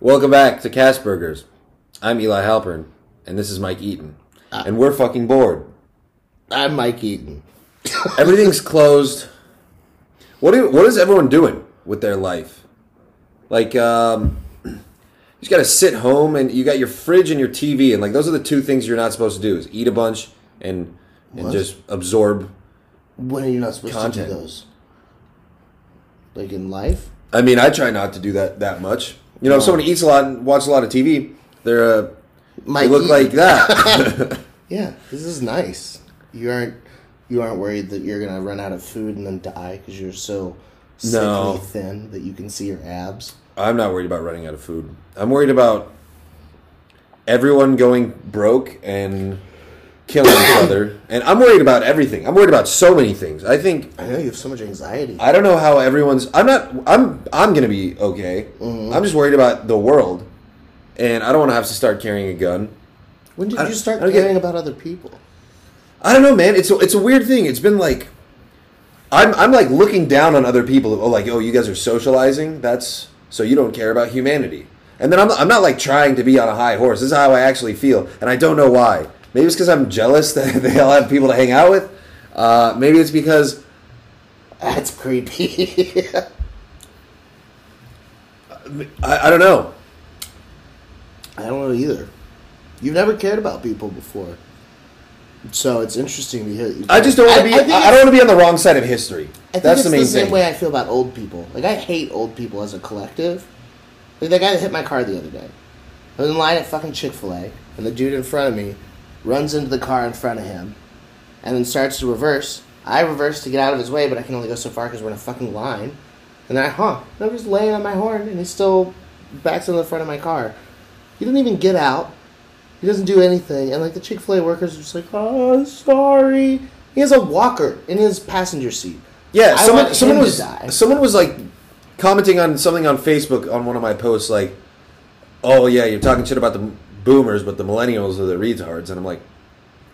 Welcome back to Cast Burgers. I'm Eli Halpern, and this is Mike Eaton. and we're fucking bored. I'm Mike Eaton. Everything's closed. What do, what is everyone doing with their life? Like, um, you just gotta sit home, and you got your fridge and your TV, and like those are the two things you're not supposed to do: is eat a bunch and and What? just absorb. When are you not supposed Content. to do those? Like in life? I mean, I try not to do that that much. You know, if someone eats a lot and watches a lot of TV, they're uh, Mike they look Eaton. like that. Yeah, this is nice. You aren't you aren't worried that you're gonna run out of food and then die because you're so sickly No. thin that you can see your abs. I'm not worried about running out of food. I'm worried about everyone going broke and killing each other. And I'm worried about everything. I'm worried about so many things. I think I know you have so much anxiety. I don't know how everyone's. I'm not. I'm. I'm gonna be okay. I'm just worried about the world, and I don't want to have to start carrying a gun. when did I- you start I don't get- caring about other people? I don't know, man. It's a, it's a weird thing. It's been like, I'm I'm like looking down on other people. Oh, like oh, you guys are socializing. That's so you don't care about humanity. And then I'm I'm not like trying to be on a high horse. This is how I actually feel, and I don't know why. Maybe it's because I'm jealous that they all have people to hang out with. Uh, maybe it's because That's creepy. I, I don't know. I don't know either. You've never cared about people before, so it's interesting because I just don't want to be. I, think I don't want to be on the wrong side of history. I think That's it's the main same thing. way I feel about old people. Like I hate old people as a collective. Like the guy that hit my car the other day. I was in line at fucking Chick Fil A, and the dude in front of me runs into the car in front of him, and then starts to reverse. I reverse to get out of his way, but I can only go so far because we're in a fucking line. And then I honk. And I'm just laying on my horn, and he still backs into the front of my car. He didn't even get out. He doesn't do anything, and like the Chick Fil A workers are just like, "Oh, sorry." He has a walker in his passenger seat. Yeah, I someone want someone him to was die. someone was like commenting on something on Facebook on one of my posts like, "Oh yeah, you're talking shit about the boomers, but the millennials are the retards." And I'm like,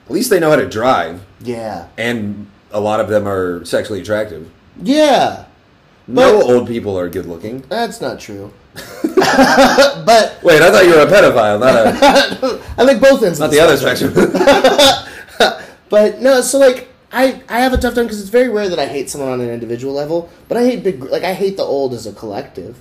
at least they know how to drive, Yeah. and a lot of them are sexually attractive. Yeah. No But- old people are good looking. That's not true. but Wait, I thought you were a pedophile, not a, I like both ends. not the other spectrum. But no, so like I I have a tough time because it's very rare that I hate someone on an individual level, but I hate big like I hate the old as a collective.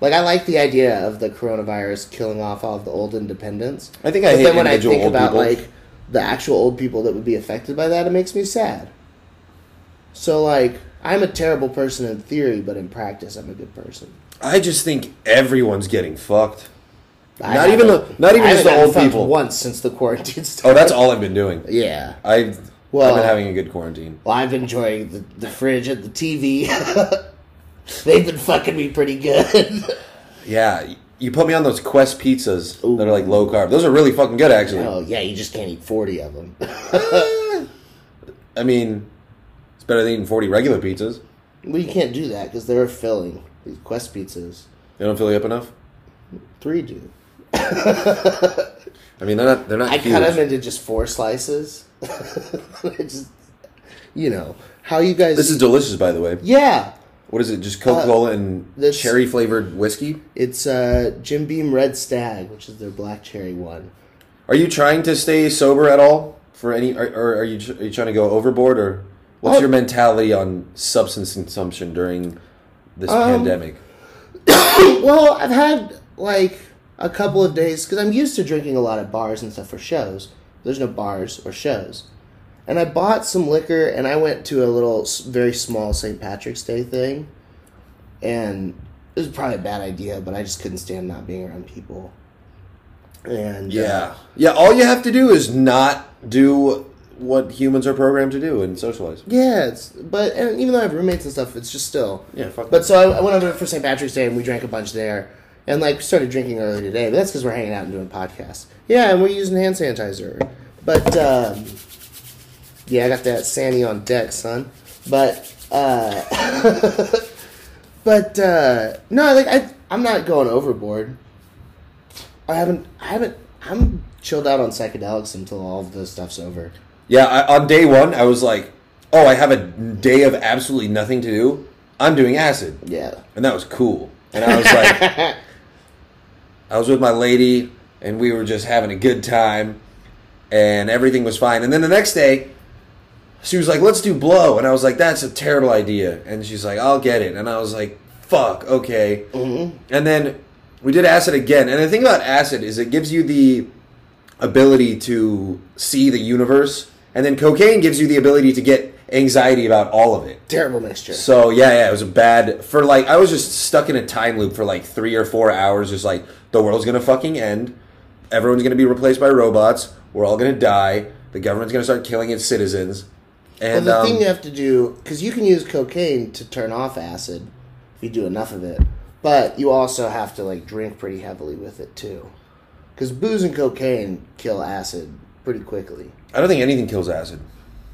Like I like the idea of the coronavirus killing off all of the old independents. I think I but hate then when I individual think old about people. like the actual old people that would be affected by that, it makes me sad. So like I'm a terrible person in theory, but in practice I'm a good person. I just think everyone's getting fucked. I Not even haven't- the- not even I just the haven't old fucked people. Once since the quarantine started. Oh, that's all I've been doing. Yeah. I've I've Well- been having a good quarantine. Well, I've been enjoying the, the fridge and the TV. They've been fucking me pretty good. Yeah, y- you put me on those Quest pizzas that are like low carb. Those are really fucking good, actually. oh yeah, you just can't eat forty of them. I mean, it's better than eating forty regular pizzas. well, you can't do that because they're filling these Quest pizzas. They don't fill you up enough. Three do. I mean, they're not. They're not I huge. cut them into just four slices. I just, you know how you guys. this is delicious, by the way. yeah. What is it? Just Coca Cola and Uh, this- cherry flavored whiskey. It's uh, Jim Beam Red Stag, which is their black cherry one. Are you trying to stay sober at all for any, or, or are you tr- are you trying to go overboard, or what's Well- your mentality on substance consumption during this Um, pandemic? Well, I've had like a couple of days because I'm used to drinking a lot at bars and stuff for shows. There's no bars or shows, and I bought some liquor and I went to a little, s- very small St. Patrick's Day thing, and it was probably a bad idea, but I just couldn't stand not being around people. And uh, Yeah, yeah. All you have to do is not do what humans are programmed to do and socialize. Yeah, it's but and even though I have roommates and stuff, it's just still Yeah, fuck But that. so I, I went over for St. Patrick's Day and we drank a bunch there, and like started drinking early today. But that's because we're hanging out and doing podcasts. Yeah, and we're using hand sanitizer. But um, yeah, I got that Sandy on deck, son. But uh, but uh, no, like I I'm not going overboard. I haven't I haven't I'm chilled out on psychedelics until all of this stuff's over. Yeah, I, on day one, I was like, "Oh, I have a day of absolutely nothing to do. I'm doing acid," Yeah. and that was cool. And I was like, I was with my lady, and we were just having a good time, and everything was fine. And then the next day, she was like, "Let's do blow," and I was like, "That's a terrible idea." And she's like, "I'll get it," and I was like, "Fuck, okay." Mhm. And then we did acid again. And the thing about acid is it gives you the ability to see the universe, and then cocaine gives you the ability to get anxiety about all of it. Terrible mixture. So yeah, yeah, it was a bad for like I was just stuck in a time loop for like three or four hours, just like the world's gonna fucking end, everyone's gonna be replaced by robots, we're all gonna die, the government's gonna start killing its citizens, Well, and the um, thing you have to do, because you can use cocaine to turn off acid if you do enough of it, but you also have to like drink pretty heavily with it too, because booze and cocaine kill acid pretty quickly. I don't think anything kills acid.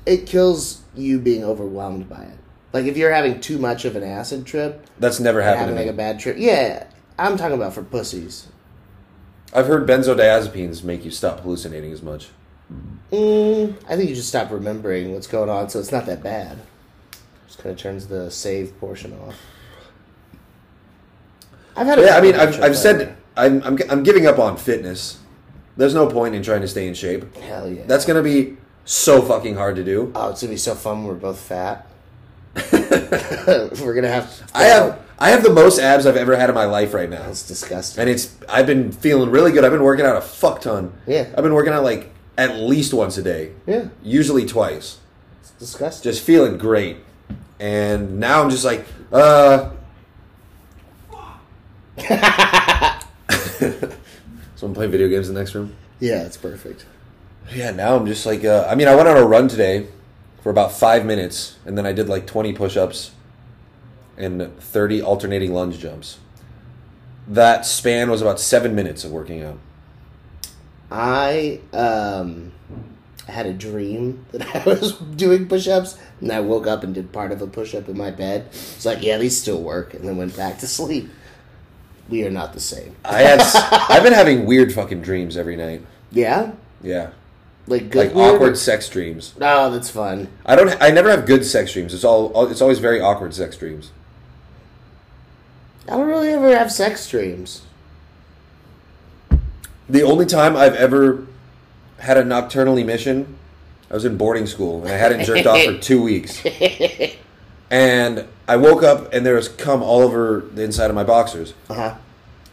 It kills you being overwhelmed by it. Like if you're having too much of an acid trip, That's never happened having to like me. a bad trip. Yeah, I'm talking about for pussies. I've heard benzodiazepines make you stop hallucinating as much. Mm, I think you just stop remembering what's going on, so it's not that bad. Just kind of turns the save portion off. I've had. a Yeah, I mean, couple I've, trips I've like said I'm, I'm I'm giving up on fitness. There's no point in trying to stay in shape. that. Hell yeah. That's gonna be so fucking hard to do. oh, it's gonna be so fun. when We're both fat. We're gonna have. I have I have the most abs I've ever had in my life right now, That's disgusting. and it's I've been feeling really good. I've been working out a fuck ton. Yeah. I've been working out like at least once a day, yeah, usually twice. it's disgusting. Just feeling great, and now I'm just like, uh. Someone playing video games in the next room. yeah, it's perfect. Yeah, now I'm just like, uh, I mean, I went on a run today for about five minutes, and then I did like 20 push ups and 30 alternating lunge jumps. That span was about seven minutes of working out. I um had a dream that I was doing push-ups and I woke up and did part of a push-up in my bed. It's like, yeah, these still work, and then went back to sleep. We are not the same. I had, s- I've been having weird fucking dreams every night. Yeah, Yeah, like good like weird- awkward sex dreams. Oh, that's fun. I don't, I never have good sex dreams. It's all, all- it's always very awkward sex dreams. I don't really ever have sex dreams. The only time I've ever had a nocturnal emission, I was in boarding school and I hadn't jerked off for two weeks. And I woke up and there was cum all over the inside of my boxers. Uh huh.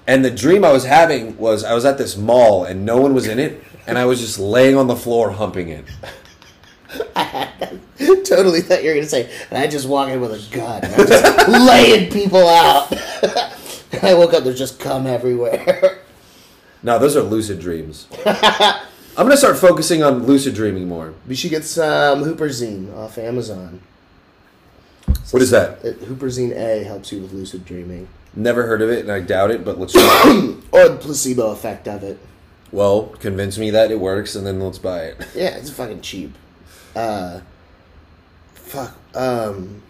And the dream I was having was I was at this mall and no one was in it, and I was just laying on the floor humping it. totally thought you were gonna say, and I just walk in with a gun, and I'm just laying people out. and I woke up, there's just cum everywhere. No, those are lucid dreams. I'm gonna start focusing on lucid dreaming more. We should get some Hooperzine off Amazon. What is that? It, Hooperzine A helps you with lucid dreaming, Never heard of it, and I doubt it, but let's. Try it. or the placebo effect of it. Well, convince me that it works, and then let's buy it. Yeah, it's fucking cheap. Uh, fuck. Um,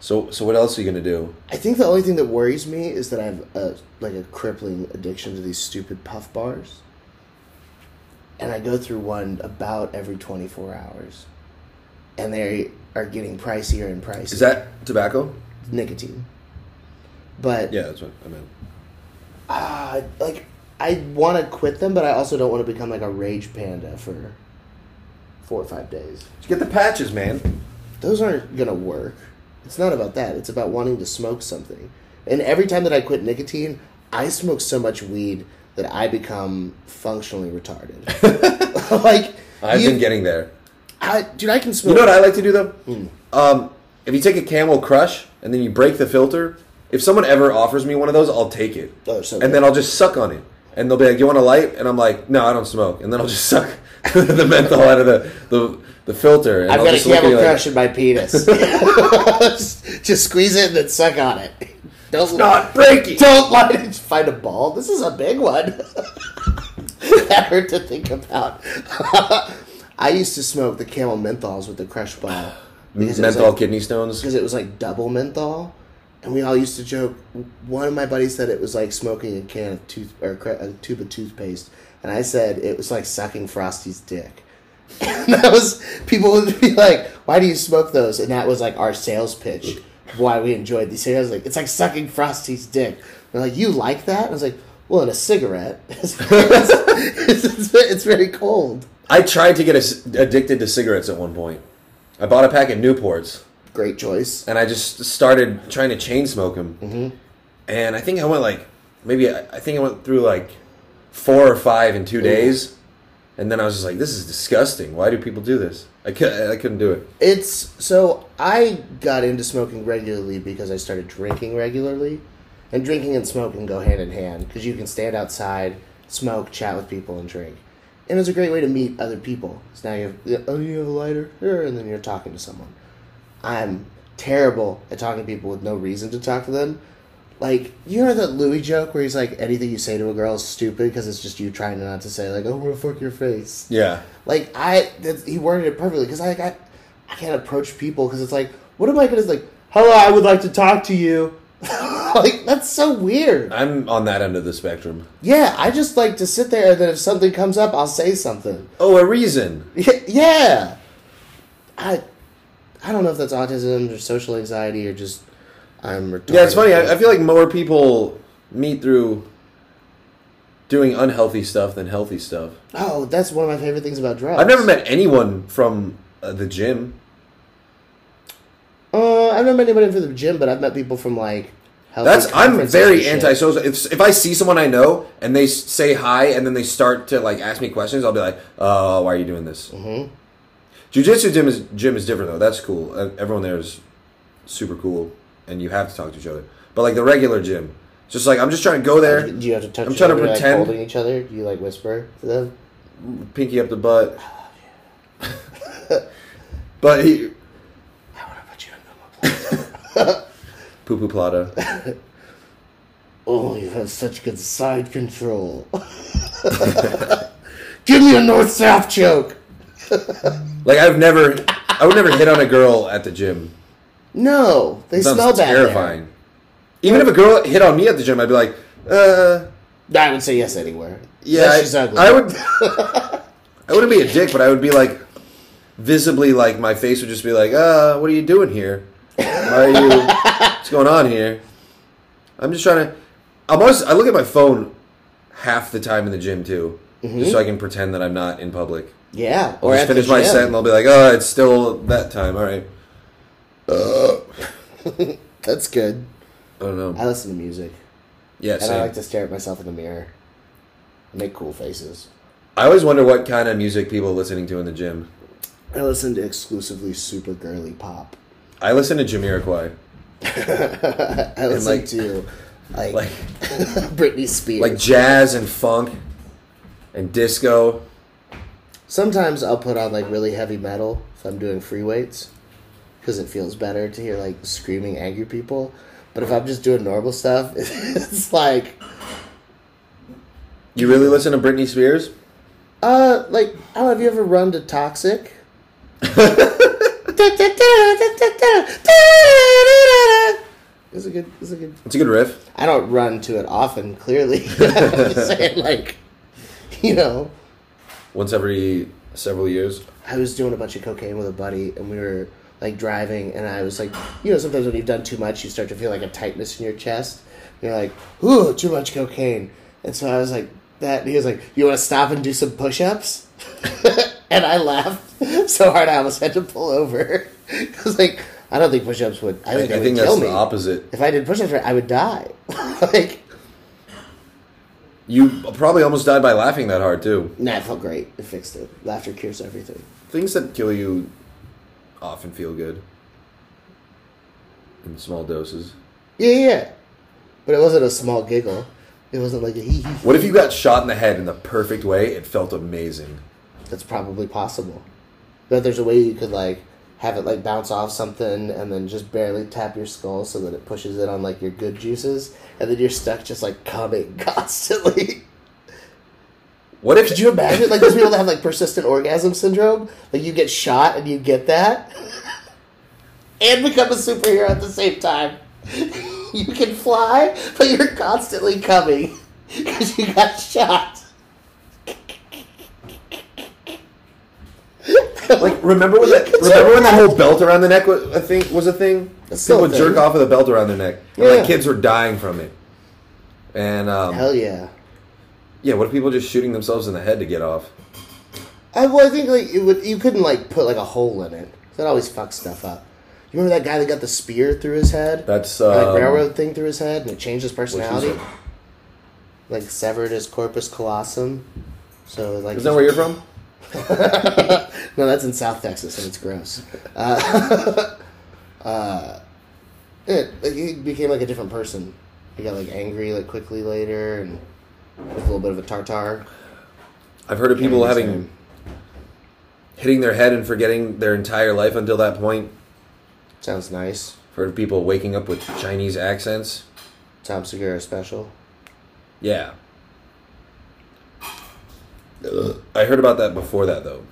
So, so what else are you gonna do? I think the only thing that worries me is that I have a like a crippling addiction to these stupid puff bars, and I go through one about every twenty four hours, and they are getting pricier and pricier. Is that tobacco? nicotine? But Yeah, that's what I meant. ah, like I want to quit them, but I also don't want to become like a rage panda for four or five days. Get the patches, man. those aren't gonna work. It's not about that. It's about wanting to smoke something. And every time that I quit nicotine, I smoke so much weed that I become functionally retarded. like I've you- been getting there. I, dude, I can You smoke. know what I like to do though? Hmm. Um, if you take a Camel Crush and then you break the filter, if someone ever offers me one of those, I'll take it, Oh, so and then I'll just suck on it. And they'll be like, "Do you want a light?" And I'm like, "No, I don't smoke." And then I'll just suck the menthol out of the the, the filter. And I've will got a just look at camel you like, crush in my penis. just, just squeeze it and then suck on it. Don't it's Not breaking. Don't lie to find a ball. This is a big one. that hurt to think about. I used to smoke the camel menthols with the crush ball. because it was Menthol like- kidney stones. because it was like double menthol, and we all used to joke. One of my buddies said it was like smoking a can of tooth or cra- a tube of toothpaste, and I said it was like sucking Frosty's dick. And that was people would be like, "Why do you smoke those?" And that was like our sales pitch why we enjoyed these. I was like, "It's like sucking Frosty's dick." And they're like, "You like that?" And I was like, Well, and a cigarette. it's, it's, it's, it's very cold. I tried to get as- addicted to cigarettes at one point. I bought a pack of Newports Great choice. and I just started trying to chain smoke them. Mm-hmm. And I think I went like maybe I I think I went through like four or five in two days, and then I was just like, "This is disgusting. Why do people do this?" I could I couldn't do it. It's so I got into smoking regularly because I started drinking regularly, and drinking and smoking go hand in hand because you can stand outside, smoke, chat with people, and drink, and it's a great way to meet other people. So now you have oh you have a lighter, Sure, and then you're talking to someone. I'm terrible at talking to people with no reason to talk to them. Like you know that Louis joke where he's like anything you say to a girl is stupid because it's just you trying not to say like oh I'm gonna fuck your face. Yeah, Like I, that, he worded it perfectly because I, I, I can't approach people because it's like, what am I gonna like? Hello, I would like to talk to you. like that's so weird. I'm on that end of the spectrum. Yeah, I just like to sit there and then if something comes up, I'll say something. Oh, a reason. yeah, I, I don't know if that's autism or social anxiety or just I'm retarded. Yeah, it's funny. I, I feel like more people meet through doing unhealthy stuff than healthy stuff. oh, that's one of my favorite things about drugs. I've never met anyone from uh, the gym. Uh, I've never met anybody from the gym, but I've met people from like. healthy That's I'm conferences and very shit. antisocial. If if I see someone I know and they s- say hi and then they start to like ask me questions, I'll be like, "Oh, why are you doing this?" Mm-hmm. Jiu-jitsu gym is gym is different though. That's cool. Uh, Everyone there is super cool, and you have to talk to each other. But like the regular gym, it's just like I'm just trying to go there, Do you have to touch? I'm trying to each other, like, pretend. holding each other. Do you like whisper to them? pinky up the butt. but he, I want to put you in the poo poo plata. Oh, you have such good side control. Give me a north south joke. Like I've never, I would never hit on a girl at the gym. No, they Sounds smell bad. there. terrifying. Even if a girl hit on me at the gym, I'd be like, uh, I would say yes anywhere. yeah, Unless I, she's ugly. I would. I wouldn't be a dick, but I would be like, visibly, like my face would just be like, uh, what are you doing here? Why are you? what's going on here? I'm just trying to. I'm always. I look at my phone half the time in the gym too, just so I can pretend that I'm not in public. Yeah, I'll Mm-hmm. or just at the finish my gym. set, and they'll be like, oh, it's still that time. All right. That's good. I don't know. I listen to music, Yeah, and same. I like to stare at myself in the mirror. I make cool faces. I always wonder what kind of music people are listening to in the gym. I listen to exclusively super girly pop. I listen to Jamiroquai, I listen like- to like, like Britney Spears. like jazz and funk and disco. Sometimes I'll put on like really heavy metal if I'm doing free weights because it feels better to hear like screaming angry people. But if I'm just doing normal stuff, it's like You really listen to Britney Spears? uh like I don't know, have you ever run to Toxic? It's a good it's a good It's a good riff. I don't run to it often, clearly. I'm just saying like you know, Once every several years. I was doing a bunch of cocaine with a buddy, and we were like driving, and I was like, you know, sometimes when you've done too much, you start to feel like a tightness in your chest. You're like, ooh, too much cocaine. And so I was like, that. And he was like, you want to stop and do some push ups? and I laughed so hard I almost had to pull over. Because, like, I don't think push ups would, I I, think, I they think would kill that's me. the opposite. If I did push ups, I would die. like, You probably almost died by laughing that hard too. nah, it felt great. It fixed it. Laughter cures everything. Things that kill you often feel good in small doses. Yeah, yeah, yeah. But it wasn't a small giggle. It wasn't like a hee hee. What if you got shot in the head in the perfect way? It felt amazing. That's probably possible. But there's a way you could like have it like bounce off something and then just barely tap your skull so that it pushes it on like your good juices and then you're stuck just like coming constantly. What if Could you imagine like those people that have like persistent orgasm syndrome? Like you get shot and you get that and become a superhero at the same time. you can fly, but you're constantly coming because you got shot. Like remember when that remember when that whole belt around the neck was a thing was a thing? That's still People a would thing. jerk off with a belt around their neck. And Yeah. like kids were dying from it. And um Hell yeah. Yeah, what if people are just shooting themselves in the head to get off? I, well, I think like it would, you couldn't like put like a hole in it. That always fucks stuff up. You remember that guy that got the spear through his head? That's That, um, like railroad thing through his head, and it changed his which is- personality. Like severed his corpus callosum. So like Is that where you're from? no, that's in South Texas, and it's gross. Uh, uh, it, like, he became like a different person. He got like angry like quickly later, and was a little bit of a tartar. I've heard of people Yeah, having same. hitting their head and forgetting their entire life until that point. Sounds nice. I've heard of people waking up with Chinese accents. Tom Segura special. Yeah. I heard about that before that though,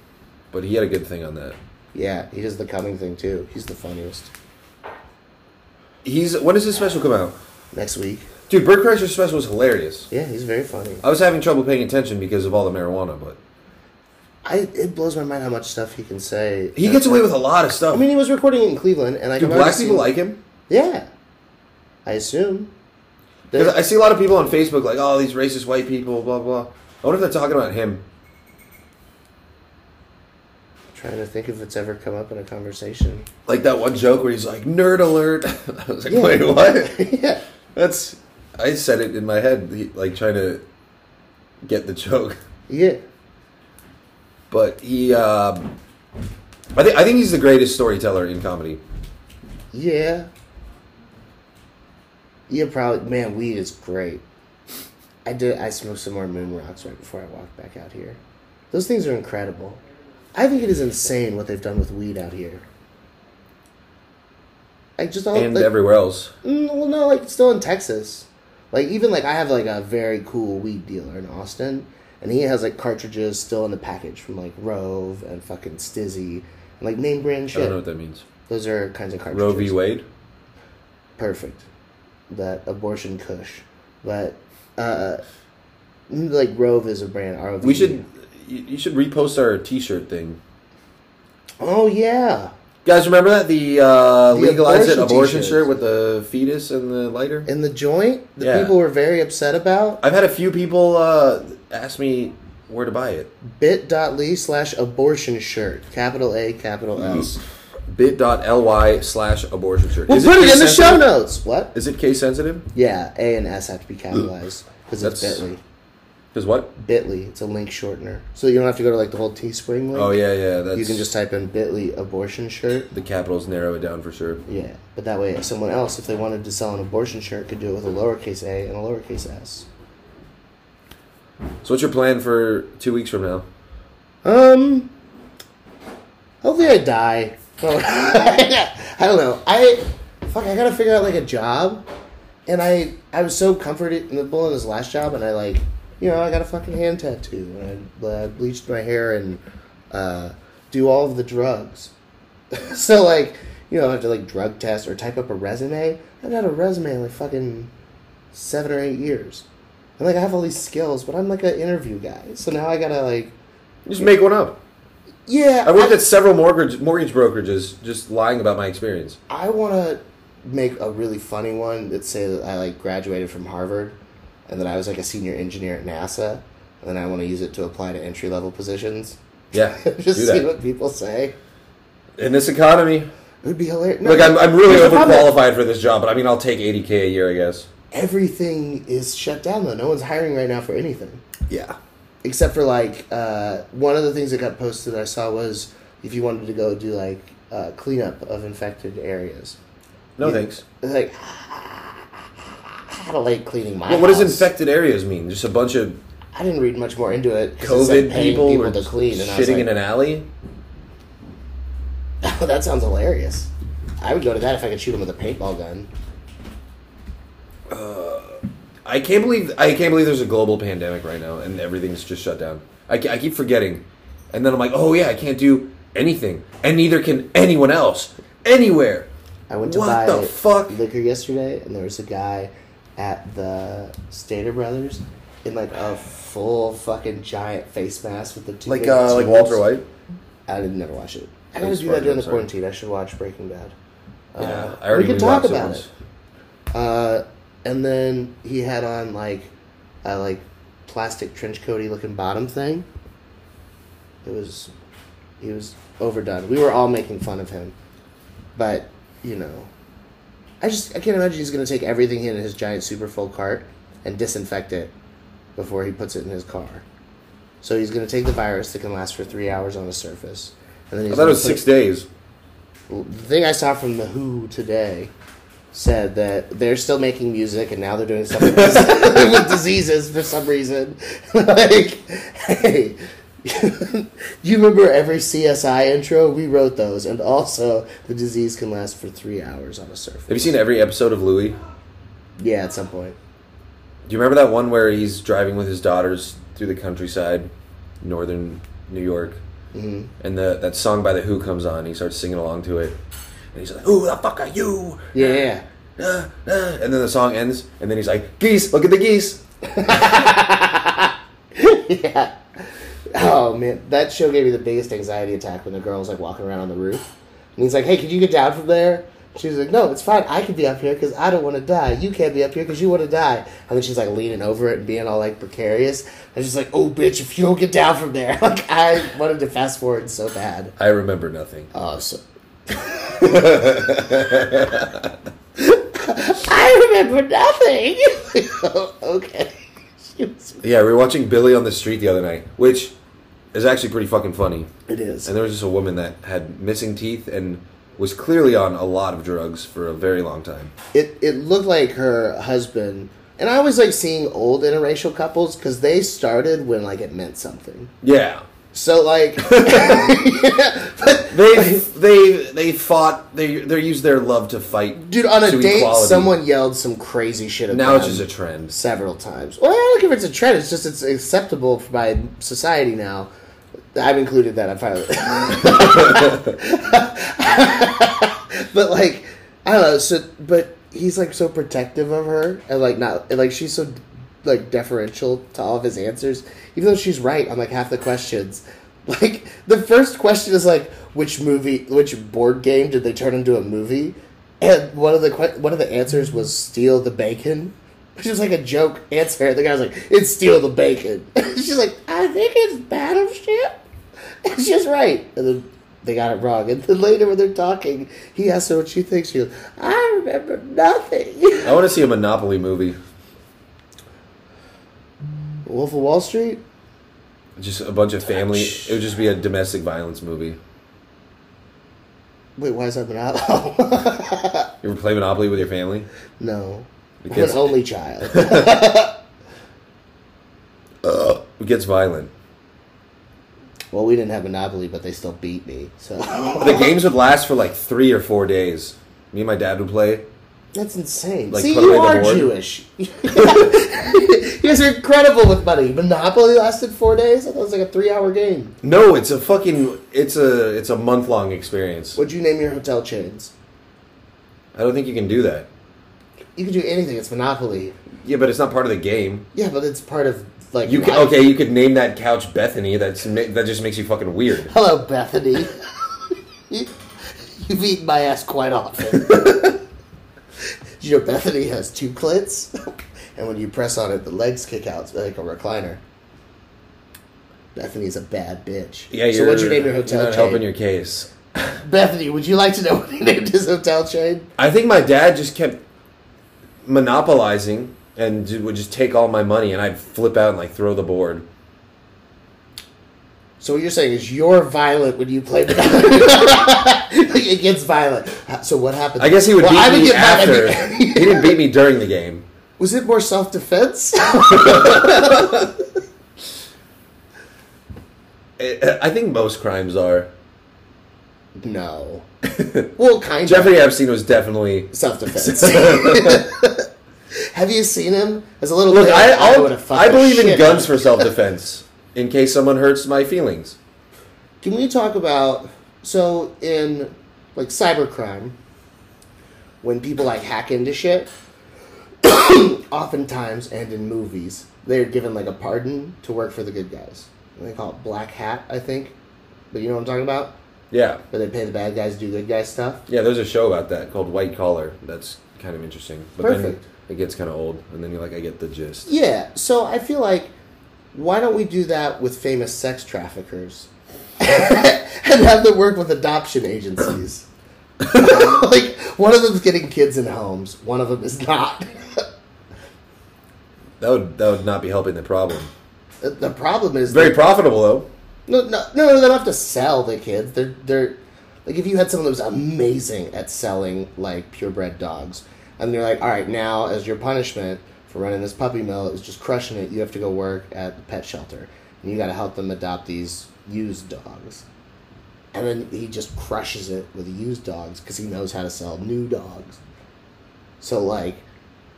but he had a good thing on that. Yeah, he does the coming thing too. He's the funniest. He's when does his special come out? Next week. Dude, Bert Kreischer's special was hilarious. Yeah, he's very funny. I was having trouble paying attention because of all the marijuana, but I it blows my mind how much stuff he can say. he gets away with a lot of stuff. I mean, he was recording it in Cleveland, and I Do can already black see- people like him? Yeah, I assume. They- Because I see a lot of people on Facebook like, "Oh, these racist white people," blah blah. I wonder if they're talking about him. Trying to think if it's ever come up in a conversation. Like that one joke where he's like, "Nerd alert!" I was like, Yeah. "Wait, what?" yeah. That's I said it in my head, he- like trying to get the joke. Yeah. But he, um, I think I think he's the greatest storyteller in comedy. Yeah. Yeah, probably. Man, weed is great. I did. I smoked some more moon rocks right before I walked back out here. Those things are incredible. I think it is insane what they've done with weed out here. Like just all and like, everywhere else. Mm, well, no, like it's still in Texas. Like even like I have like a very cool weed dealer in Austin, and he has like cartridges still in the package from like Rove and fucking Stizzy, and like name brand I shit. don't know what that means. Those are kinds of cartridges. Uh-huh. Roe v. Wade. Perfect. That abortion cush, but uh, mm, like Rove is a brand. R O V E. We should you you should repost our T-shirt thing. Oh yeah, Guys, remember that the uh, The legalize abortion it abortion t-shirts. shirt with the fetus and the lighter? in the joint that Yeah. people were very upset about. I've had a few people uh, ask me where to buy it. Bit.ly slash abortion shirt. Capital A, capital Mm. S. Bit.ly slash abortion shirt. We'll Is put it in the case show sensitive? notes. What? Is it case sensitive? Yeah, A and S have to be capitalized because it's That's- Bitly. Because what? Bitly, it's a link shortener, so you don't have to go to like the whole Teespring link. Oh yeah, yeah. That's you can just type in Bitly abortion shirt. the capitals narrow it down for sure. Yeah, but that way, someone else, if they wanted to sell an abortion shirt, could do it with a lowercase a and a lowercase s. So what's your plan for two weeks from now? Um, hopefully I die. I don't know. I fuck. I gotta figure out like a job, and I I was so comforted in the bull in this last job, and I like you know I got a fucking hand tattoo, and I, I bleached my hair and uh, do all of the drugs. so like you know I have to like drug test or type up a resume. I've had a resume in like fucking seven or eight years, and like I have all these skills, but I'm like an interview guy. So now I gotta like. Just make one up. Yeah, I worked at several mortgage mortgage brokerages, just lying about my experience. I want to make a really funny one that say that I like graduated from Harvard, and that I was like a senior engineer at NASA, and then I want to use it to apply to entry level positions. Yeah, Just do see that. what people say. In this economy, It would be hilarious. No, like I'm, I'm really here's the problem. overqualified for this job, but I mean, I'll take 80k a year, I guess. Everything is shut down though. No one's hiring right now for anything. Yeah. except for like uh, one of the things that got posted I saw was if you wanted to go do like uh, cleanup of infected areas. No Yeah. thanks. It's like I don't like cleaning my. Well, what does house. infected areas mean? Just a bunch of I didn't read much more into it. 'cause it said COVID paying people, or to clean, and I was shitting in like, an alley? oh, that sounds hilarious. I would go to that if I could shoot them with a paintball gun. I can't believe I can't believe there's a global pandemic right now and everything's just shut down. I, ke- I keep forgetting, and then I'm like, oh yeah, I can't do anything, and neither can anyone else anywhere. I went to what buy the fuck? liquor yesterday, and there was a guy at the Stater Brothers in like a full fucking giant face mask with the two Like big uh, like tubes. Walter White. I didn't never watch it. I gotta Thanks, do that Spartan, during the I'm sorry. quarantine. I should watch Breaking Bad. Uh, Yeah, I already we can talk rewatched it about once. it. Uh, and then he had on like, uh, like plastic trench coaty looking bottom thing. It was, he was overdone. We were all making fun of him, but you know, I just I can't imagine he's gonna take everything in his giant super full cart and disinfect it before he puts it in his car. So he's gonna take the virus that can last for three hours on the surface, and then he's I thought it gonna was put six days. the thing I saw from the Who today said that they're still making music and now they're doing stuff with, with diseases for some reason. like, hey, you remember every CSI intro? We wrote those, and also the disease can last for three hours on a Have you surface. seen every episode of Louis? Yeah, at some point. Do you remember that one where he's driving with his daughters through the countryside, northern New York, hmm and the that song by the Who comes on? He starts singing along to it, and he's like, "Who the fuck are you?" Yeah, yeah, yeah. Uh, uh," and then the song ends, and then he's like, "Geese, look at the geese." yeah. Oh man, that show gave me the biggest anxiety attack when the girl's like walking around on the roof, and he's like, "Hey, could you get down from there?" She's like, "No, it's fine. I can be up here because I don't want to die. You can't be up here because you want to die." And then she's like leaning over it and being all like precarious, and she's like, "Oh, bitch, if you don't get down from there, like I wanted to fast forward so bad." I remember nothing. Oh, so. I remember nothing. okay. She was- Yeah, we were watching Billy on the Street the other night, which is actually pretty fucking funny. It is. And there was just a woman that had missing teeth and was clearly on a lot of drugs for a very long time. it it looked like her husband and i always like seeing old interracial couples because they started when like it meant something Yeah. so like but, They they they fought they they used their love to fight. dude on a to date equality. someone yelled some crazy shit at now it's them just a trend. several times well i don't care if it's a trend it's just it's acceptable by society now i've included that i'm fine with it. but like i don't know so but he's like so protective of her and like not and like she's so like deferential to all of his answers even though she's right on like half the questions like the first question is like which movie which board game did they turn into a movie and one of the que- one of the answers was steal the bacon which was like a joke answer the guy was like it's steal the bacon she's like i think it's battleship and she's right. And then they got it wrong. And then later when they're talking, he asks her what she thinks. She goes, I remember nothing. I want to see a Monopoly movie. Wolf of Wall Street? Just a bunch of family. It would just be a domestic violence movie. Wait, why is that Monopoly? You ever play Monopoly with your family? no. It I'm gets, an only child. it gets violent. well, we didn't have Monopoly, but they still beat me. So The games would last for like three or four days. Me and my dad would play. that's insane. Like, See, put you away the are board? Jewish. you guys are incredible with money. Monopoly lasted four days. I thought it was like a three-hour game. No, it's a fucking it's a it's a month long experience. What'd you name your hotel chains? I don't think you can do that. You can do anything. It's Monopoly. Yeah, but it's not part of the game. Yeah, but it's part of like You can, life. okay? You could name that couch Bethany. That's ma- that just makes you fucking weird. Hello, Bethany. you, you've eaten my ass quite often. you know, Bethany has two clits, and when you press on it, the legs kick out like a recliner. Bethany's a bad bitch. Yeah, you're, So what'd you name your hotel you're not chain? helping your case. Bethany, would you like to know what he named his hotel chain? I think my dad just kept monopolizing and ju- would just take all my money, and I'd flip out and like throw the board. So what you're saying is you're violent when you play it gets violent. So what happened? I guess he would Well, beat I me get mad- after. I mean- he didn't beat me during the game. Was it more self defense? I I think most crimes are. no. Well, kind Jeffrey Epstein was definitely of self defense. Have you seen him as a little? Look, kid, I, I'll, would've fucked I the believe in shit guns out for self defense in case someone hurts my feelings. of- Can we talk about so in like cybercrime when people like hack into shit? oftentimes, and in movies, they're given like a pardon to work for the good guys. And they call it black hat, I think. But you know what I'm talking about? Yeah. Where they pay the bad guys to do good guy stuff. Yeah, there's a show about that called White Collar. That's kind of interesting. But Perfect. then it gets kind of old, and then you're like, I get the gist. Yeah, so I feel like why don't we do that with famous sex traffickers and have them work with adoption agencies? like one of them's getting kids in homes, one of them is not. That would that would not be helping the problem. The- the problem is It's very that- profitable though. No, no, no, no. They don't have to sell the kids. They're they're like if you had someone that was amazing at selling like purebred dogs, and they're like, all right, now as your punishment for running this puppy mill is just crushing it, you have to go work at the pet shelter, and you got to help them adopt these used dogs. And then he just crushes it with used dogs because he knows how to sell new dogs. So like,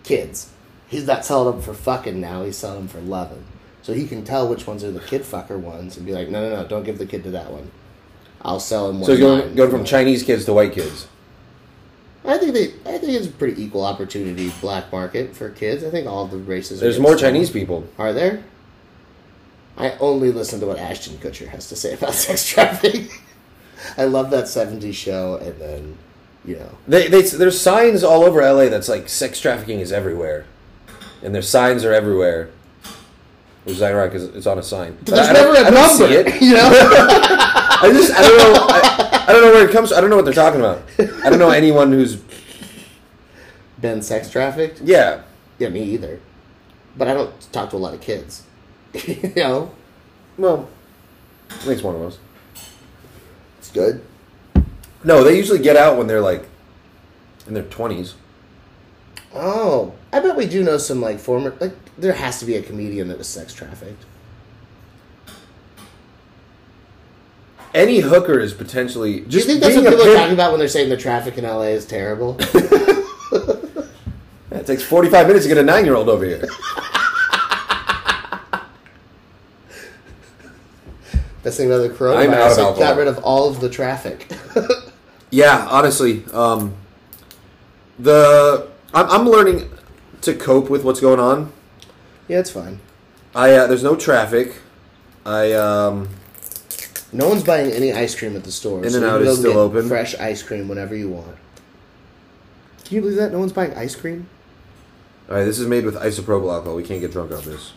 kids, he's not selling them for fucking now. He's selling them for loving. So he can tell which ones are the kid fucker ones and be like, no, no, no, don't give the kid to that one. I'll sell him one. So of going mine." going from Chinese kids to white kids. I think they, I think it's a pretty equal opportunity black market for kids. I think all the races. are There's getting more stolen. Chinese people. Are there? I only listen to what Ashton Kutcher has to say about sex trafficking. I love that '70s show, and then you know, They, they there's signs all over LA that's like sex trafficking is everywhere, and their signs are everywhere. Which is ironic because it's on a sign. But there's I don't- never a I don't see number. it. You know, I just I don't know I, I don't know where it comes. I don't know what they're talking about. I don't know anyone who's been sex trafficked. yeah. Yeah, me either. But I don't talk to a lot of kids. you know? Well, I think it's one of us. It's good. No, they usually get out when they're like in their twenties. Oh. I bet we do know some like former like there has to be a comedian that was sex trafficked. Any hooker is potentially. Just Do you think that's being what a people are pimp- talking about when they're saying the traffic in LA is terrible? Yeah, It takes forty five minutes to get a nine year old over here. that's the thing about the I'm out of coronavirus. It alcohol. got rid of all of the traffic. Yeah, honestly, um, the I'm, I'm learning to cope with what's going on. yeah, it's fine. I uh, there's no traffic. I um, No one's buying any ice cream at the store. In so and you Out can is go still get open. Fresh ice cream whenever you want. Can you believe that? No one's buying ice cream? all right. This is made with isopropyl alcohol. We can't get drunk on this.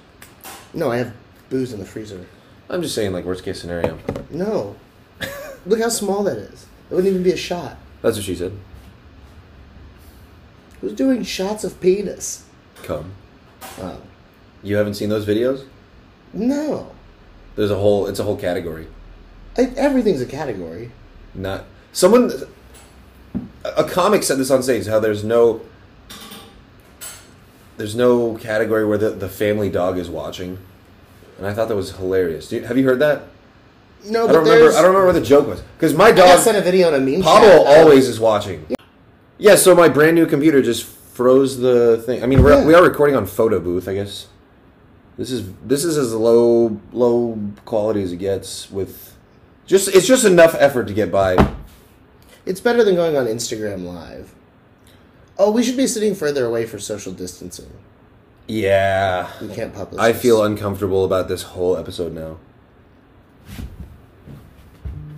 No, I have booze in the freezer. I'm just saying, like worst case scenario. No. Look how small that is. It wouldn't even be a shot. That's what she said. Who's doing shots of penis? Come. Uh, Oh. You haven't seen those videos? No. There's a whole. It's a whole category. I, everything's a category. Not someone. A a comic said this on stage. How there's no. There's no category where the, the family dog is watching, and I thought that was hilarious. Do you, have you heard that? No, I but don't remember. there's... I don't remember what the joke was because my I got dog sent a video on a meme Pablo chat. always is watching. Yeah. So my brand new computer just froze the thing. I mean, we're, Yeah. we are recording on photo booth, I guess. This is this is as low low quality as it gets with just it's just enough effort to get by. It's better than going on Instagram Live. Oh, we should be sitting further away for social distancing. Yeah. We can't publish. I this. feel uncomfortable about this whole episode now.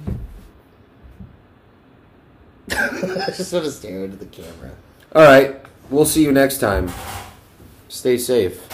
I just want to stare into the camera. All right. We'll see you next time. Stay safe.